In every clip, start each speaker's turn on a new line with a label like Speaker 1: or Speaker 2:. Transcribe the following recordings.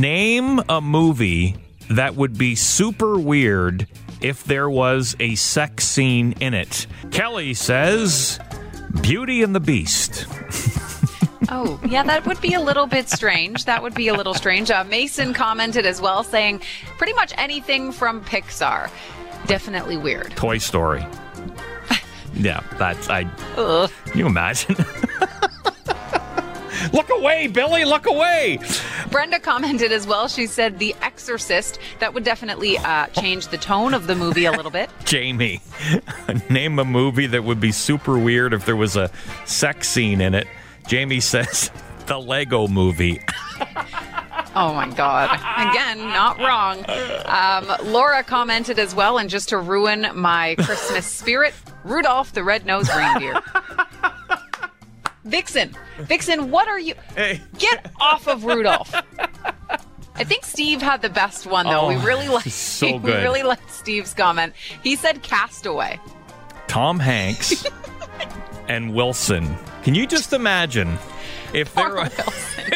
Speaker 1: Name a movie that would be super weird if there was a sex scene in it. Kelly says Beauty and the Beast.
Speaker 2: Oh, yeah, that would be a little bit strange. That would be a little strange. Uh, Mason commented as well, saying pretty much anything from Pixar. Definitely weird.
Speaker 1: Toy Story. Yeah, that's I.
Speaker 2: Ugh.
Speaker 1: Can you imagine? look away, Billy. Look away.
Speaker 2: Brenda commented as well. She said The Exorcist. That would definitely uh, change the tone of the movie a little bit.
Speaker 1: Jamie, name a movie that would be super weird if there was a sex scene in it. Jamie says the Lego movie.
Speaker 2: Oh my God. Again, not wrong. Um, Laura commented as well, and just to ruin my Christmas spirit, Rudolph the Red-Nosed Reindeer. Vixen, Vixen, what are you?
Speaker 1: Hey.
Speaker 2: Get off of Rudolph. I think Steve had the best one though.
Speaker 1: Oh,
Speaker 2: we really like
Speaker 1: so
Speaker 2: we
Speaker 1: good.
Speaker 2: really liked Steve's comment. He said Castaway.
Speaker 1: Tom Hanks and Wilson. Can you just imagine if there
Speaker 2: Poor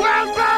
Speaker 3: Wilson!